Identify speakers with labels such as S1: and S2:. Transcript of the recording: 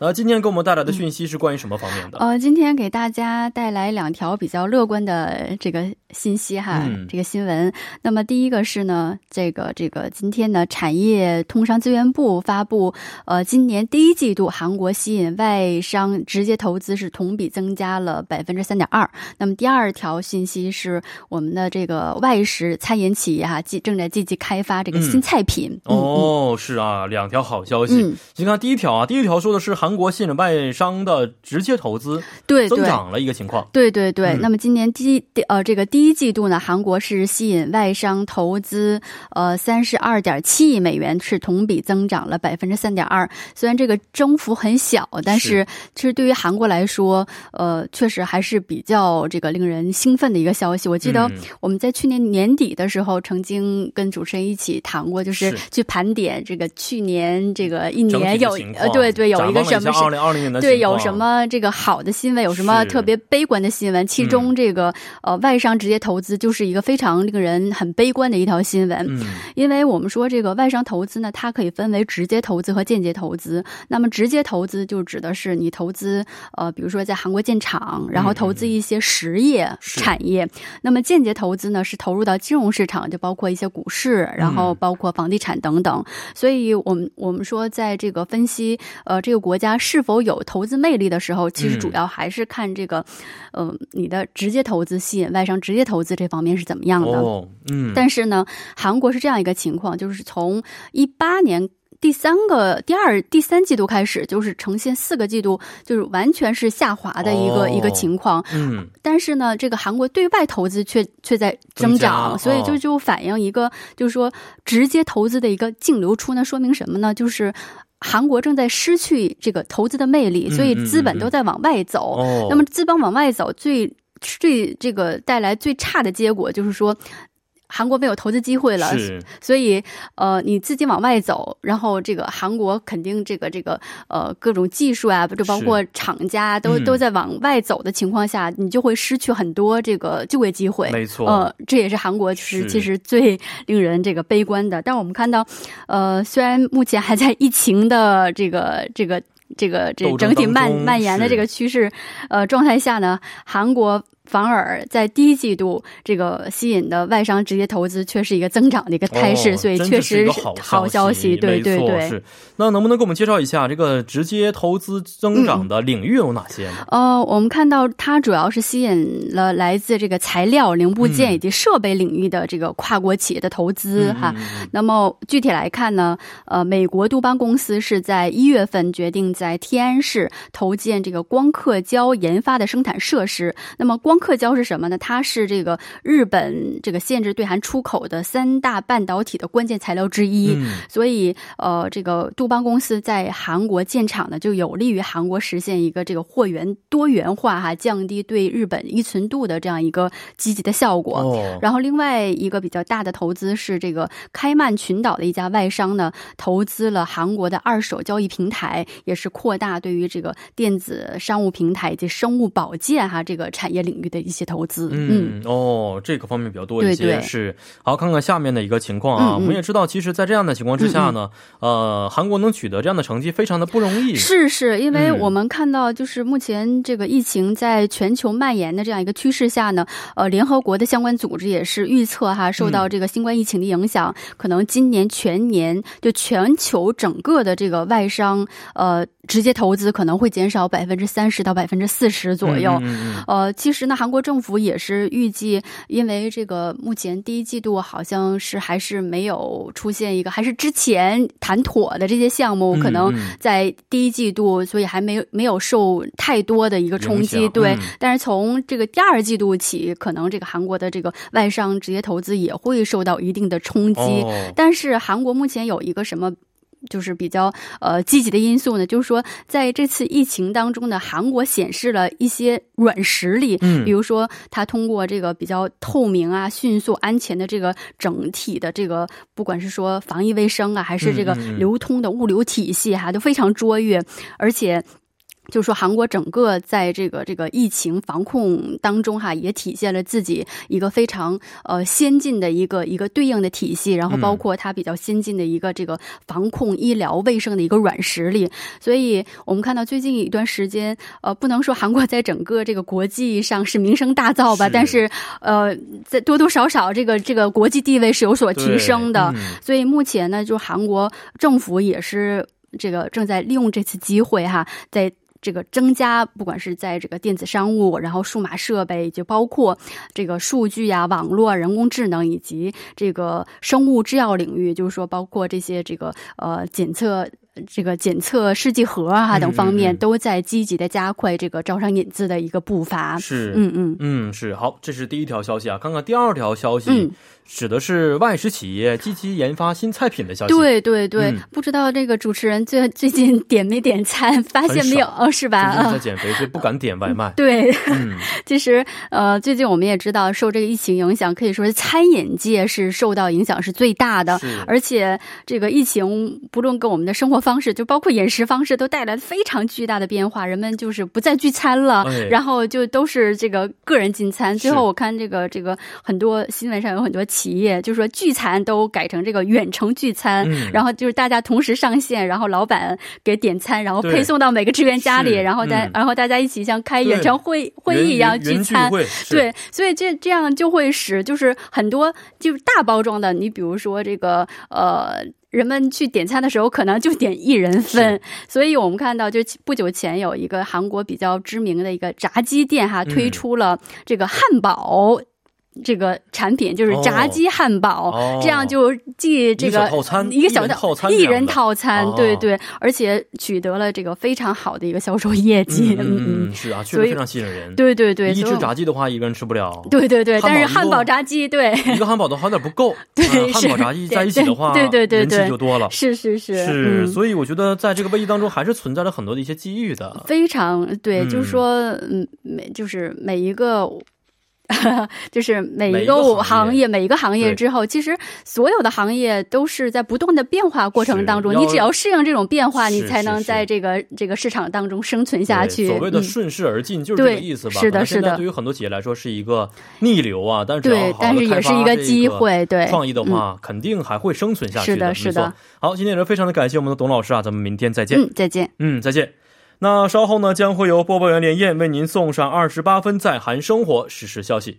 S1: 那今天给我们带来的讯息是关于什么方面的？
S2: 呃，今天给大家带来两条比较乐观的这个信息哈，
S1: 嗯
S2: 这个新闻。那么第一个是呢，这个这个今天呢，产业通商资源部发布，呃，今年第一季度韩国吸引外商直接投资是同比增加了百分之三点二。那么第二条信息是我们的这个外食餐饮企业哈，积正在积极开发这个新菜品。嗯
S1: 哦，是啊，两条好消息。
S2: 嗯，
S1: 先看第一条啊，第一条说的是韩国吸引外商的直接投资
S2: 嗯对
S1: 增
S2: 对。
S1: 长了一个情况。
S2: 对对对，
S1: 嗯
S2: 那么今年第一第呃这个第一季度呢，韩国是吸引外商投资呃三十二点七亿美元，是同比增长了百分之三点二。虽然这个增幅很小，但
S1: 是
S2: 是其实对于韩国来说，呃，确实还是比较这个令人兴奋的一个消息。我记得
S1: 嗯
S2: 我们在去年年底的时候，曾经跟主持人一起谈过，就是
S1: 是
S2: 去盘点这个去年这个一
S1: 整体
S2: 年
S1: 的
S2: 有
S1: 情况
S2: 呃对对有一个什么事
S1: 二零二零年的
S2: 对，
S1: 情况
S2: 有什么这个好的新闻，有什么
S1: 是嗯
S2: 特别悲观的新闻？其中这个、呃，外商直接投资就是一个非常令人很悲观的一条新闻。
S1: 嗯
S2: 因为我们说这个外商投资呢，它可以分为直接投资和间接投资。那么直接投资就指的是你投资呃，比如说在韩国建厂，然后投资一些实业
S1: 嗯是
S2: 产业。那么间接投资呢，是投入到金融市场，就包括一些股市，然
S1: 嗯
S2: 后包括房地产等等。所以我们我们说，在这个分析呃这个国家是否有投资魅力的时候，其实
S1: 嗯
S2: 主要还是看这个，嗯、呃，你的直接投资吸引外商直接投资这方面是怎么样的。
S1: 哦嗯，
S2: 但是呢，韩国是这样一个情况，就是从一八年。第三个、第二、第三季度开始，就是呈现四个季度，就是完全是下滑的一个、
S1: 哦
S2: 一个情况。
S1: 嗯
S2: 但是呢，这个韩国对外投资却却在增
S1: 增
S2: 长，
S1: 加
S2: 所以
S1: 哦
S2: 就就反映一个，就是说直接投资的一个净流出呢，说明什么呢？就是韩国正在失去这个投资的魅力，
S1: 嗯
S2: 所以资
S1: 嗯
S2: 本
S1: 嗯
S2: 都在往外走。
S1: 哦，
S2: 那么资本往外走最最这个带来最差的结果就是说。韩国没有投资机会了，
S1: 是
S2: 所以呃，你自己往外走，然后这个韩国肯定这个这个呃各种技术啊，就包括厂家都、
S1: 嗯
S2: 都在往外走的情况下，你就会失去很多这个就业机会。
S1: 没错，
S2: 呃，这也是韩国就是
S1: 是
S2: 其实最 令人这个悲观的。但我们看到，呃，虽然目前还在疫情的这个这个这个这
S1: 斗争
S2: 整体
S1: 当
S2: 蔓
S1: 中
S2: 蔓延的
S1: 是
S2: 这个趋势呃状态下呢，韩国。反而在第一季度，这个吸引的外商直接投资却是一个增长的一个态势，
S1: 哦
S2: 所以
S1: 真
S2: 确
S1: 的是一
S2: 实
S1: 个
S2: 是
S1: 好
S2: 好消
S1: 息，
S2: 对
S1: 没
S2: 对
S1: 错
S2: 对。
S1: 是。那能不能给我们介绍一下这个直接投资
S2: 嗯
S1: 增长的领域有哪些呢？
S2: 呃，我们看到它主要是吸引了来自这个材料、零部
S1: 嗯
S2: 件以及设备领域的这个跨国企业的投资
S1: 嗯
S2: 哈。
S1: 嗯
S2: 那么具体来看呢，呃，美国杜邦公司是在一月份决定在天安市投建这个光刻胶研发的生产设施。那么光刻胶是什么呢？它是这个日本这个限制对韩出口的三大半导体的关键材料之一。
S1: 嗯
S2: 所以，呃，这个杜邦公司在韩国建厂呢，就有利于韩国实现一个这个货源多元化哈，降低对日本依存度的这样一个积极的效果。
S1: 哦，
S2: 然后另外一个比较大的投资是这个开曼群岛的一家外商呢，投资了韩国的二手交易平台，也是扩大对于这个电子商务平台以及生物保健哈这个产业领域的一些投资。
S1: 嗯，哦，这个方面比较多一些，
S2: 对对
S1: 是。好，看看下面的一个情况啊，
S2: 嗯
S1: 我
S2: 嗯
S1: 们也知道，其实，在这样的情况之下呢，呃，韩国能取得这样的成绩非常的不容易。
S2: 是是，因为
S1: 嗯
S2: 我们看到，就是目前这个疫情在全球蔓延的这样一个趋势下呢，呃，联合国的相关组织也是预测哈，受
S1: 嗯
S2: 到这个新冠疫情的影响，可能今年全年就全球整个的这个外商呃直接投资可能会减少百分之三十到百分之四十左右。
S1: 嗯嗯嗯
S2: 呃，其实呢，韩国政府也是预计，因为这个目前第一季度好像是还是没有出现一个，还是之前谈妥的这些项目，
S1: 嗯
S2: 可能
S1: 嗯
S2: 在第一季度，所以还没有没有受太多的一个冲
S1: 影
S2: 击，
S1: 响
S2: 对。
S1: 嗯
S2: 但是从这个第二季度起，可能这个韩国的这个外商直接投资也会受到一定的冲击。
S1: 哦，
S2: 但是韩国目前有一个什么就是比较呃积极的因素呢，就是说在这次疫情当中呢，韩国显示了一些软实力，
S1: 嗯
S2: 比如说它通过这个比较透明啊、迅速、安全的这个整体的这个，不管是说防疫卫生啊，还是这个
S1: 嗯嗯嗯
S2: 流通的物流体系哈、都非常卓越，而且。就是说，韩国整个在这个这个疫情防控当中哈，也体现了自己一个非常呃先进的一个一个对应的体系，然后包括它比较先进的一个这个防控医疗卫生的一个软实力。所以我们看到最近一段时间，呃，不能说韩国在整个这个国际上是名声大噪吧，
S1: 是
S2: 但是呃，在多多少少这个这个国际地位是有所提升的。
S1: 对嗯
S2: 所以目前呢，就是韩国政府也是这个正在利用这次机会哈，在。这个增加，不管是在这个电子商务，然后数码设备，就包括这个数据呀、网络、啊人工智能以及这个生物制药领域，就是说包括这些这个呃检测。这个检测试剂盒啊等方
S1: 嗯嗯
S2: 面
S1: 嗯
S2: 都在积极的加快这个招商引资的一个步伐。
S1: 是，
S2: 嗯嗯
S1: 嗯，是好，这是第一条消息啊。看看第二条消息，
S2: 嗯，
S1: 指的是外食企业积极研发新菜品的消息。，
S2: 对对对
S1: 嗯，
S2: 不知道这个主持人最 最近点没点餐，发现没有
S1: 很
S2: 哦是吧？
S1: 最近在
S2: 啊，
S1: 减肥，所以不敢点外卖。
S2: 对，
S1: 嗯，
S2: 其实，呃，最近我们也知道，受这个疫情影响，可以说是餐饮界是受到影响是最大的。
S1: 是，
S2: 而且，这个疫情不论跟我们的生活方式，就包括饮食方式，都带来了非常巨大的变化。人们就是不再聚餐了，
S1: 哎
S2: 然后就都是这个个人进餐。最
S1: 是
S2: 后，我看这个这个很多新闻上有很多企业就说聚餐都改成这个远程聚餐，
S1: 嗯
S2: 然后就是大家同时上线，然后老板给点餐，然后
S1: 对
S2: 配送到每个职员家里，
S1: 是
S2: 然后大、
S1: 嗯
S2: 然后大家一起像开
S1: 对
S2: 演唱会会
S1: 原
S2: 议一样
S1: 原
S2: 聚
S1: 原
S2: 餐
S1: 聚。会是
S2: 对，所以这这样就会使就是很多就是大包装的，你比如说这个呃。人们去点餐的时候，可能就点一人份，所以我们看到，就不久前有一个韩国比较知名的一个炸鸡店哈，
S1: 嗯
S2: 推出了这个汉堡这个产品，就是炸
S1: 哦
S2: 鸡汉堡，
S1: 哦
S2: 这样就既这
S1: 一
S2: 个
S1: 个小套餐
S2: 一个小
S1: 一人套餐
S2: 一
S1: 这样
S2: 人
S1: 的
S2: 套餐，
S1: 哦
S2: 对对，而且取得了这个非常好的一个销售业绩，
S1: 嗯嗯嗯，是啊，确实
S2: 所以
S1: 非常吸引人。，
S2: 对对对，
S1: 一
S2: 所以
S1: 只
S2: 我
S1: 炸鸡的话，一个人吃不了。
S2: 对对对，
S1: 汉堡哦
S2: 但是
S1: 一
S2: 汉
S1: 共
S2: 堡炸鸡，对，
S1: 一个汉堡的话有点不够，
S2: 对
S1: 嗯
S2: 是
S1: 汉堡炸鸡在一起的话，
S2: 对对对对对
S1: 人气就多了。
S2: 是嗯是是，
S1: 是，
S2: 嗯
S1: 所以我觉得在这个危机当中，还是存在着很多的一些机遇的。
S2: 非常对，
S1: 嗯
S2: 就是说，嗯，每就是每一个。 就是每
S1: 每一
S2: 一
S1: 个
S2: 个
S1: 行
S2: 行
S1: 业
S2: 业，每一个行
S1: 对
S2: 业之后，其实所有的行业都是在不断的变化过
S1: 是
S2: 程当中，
S1: 要
S2: 你只要适应这种变化，你
S1: 是
S2: 才
S1: 是
S2: 能
S1: 是
S2: 在这个这个市场当中生存下
S1: 对
S2: 去。
S1: 所谓的
S2: 嗯
S1: 顺势而进，就是这个
S2: 对
S1: 意思吧？
S2: 是的
S1: 可能现在
S2: 是的
S1: 对于很多企业来说是一个逆流啊，但是只要
S2: 对
S1: 好，好
S2: 但
S1: 地
S2: 是
S1: 开
S2: 也是
S1: 发
S2: 一
S1: 这
S2: 个
S1: 个
S2: 机会，对，
S1: 创意的
S2: 嗯，
S1: 话，肯定还会生存下去
S2: 是的
S1: 没错
S2: 是的
S1: 好，今天也是非常的感谢我们的董老师啊，咱们明天再见。
S2: 嗯，再见。
S1: 嗯，再见。那稍后呢，将会由播报员连燕为您送上二十八分在韩生活实时消息。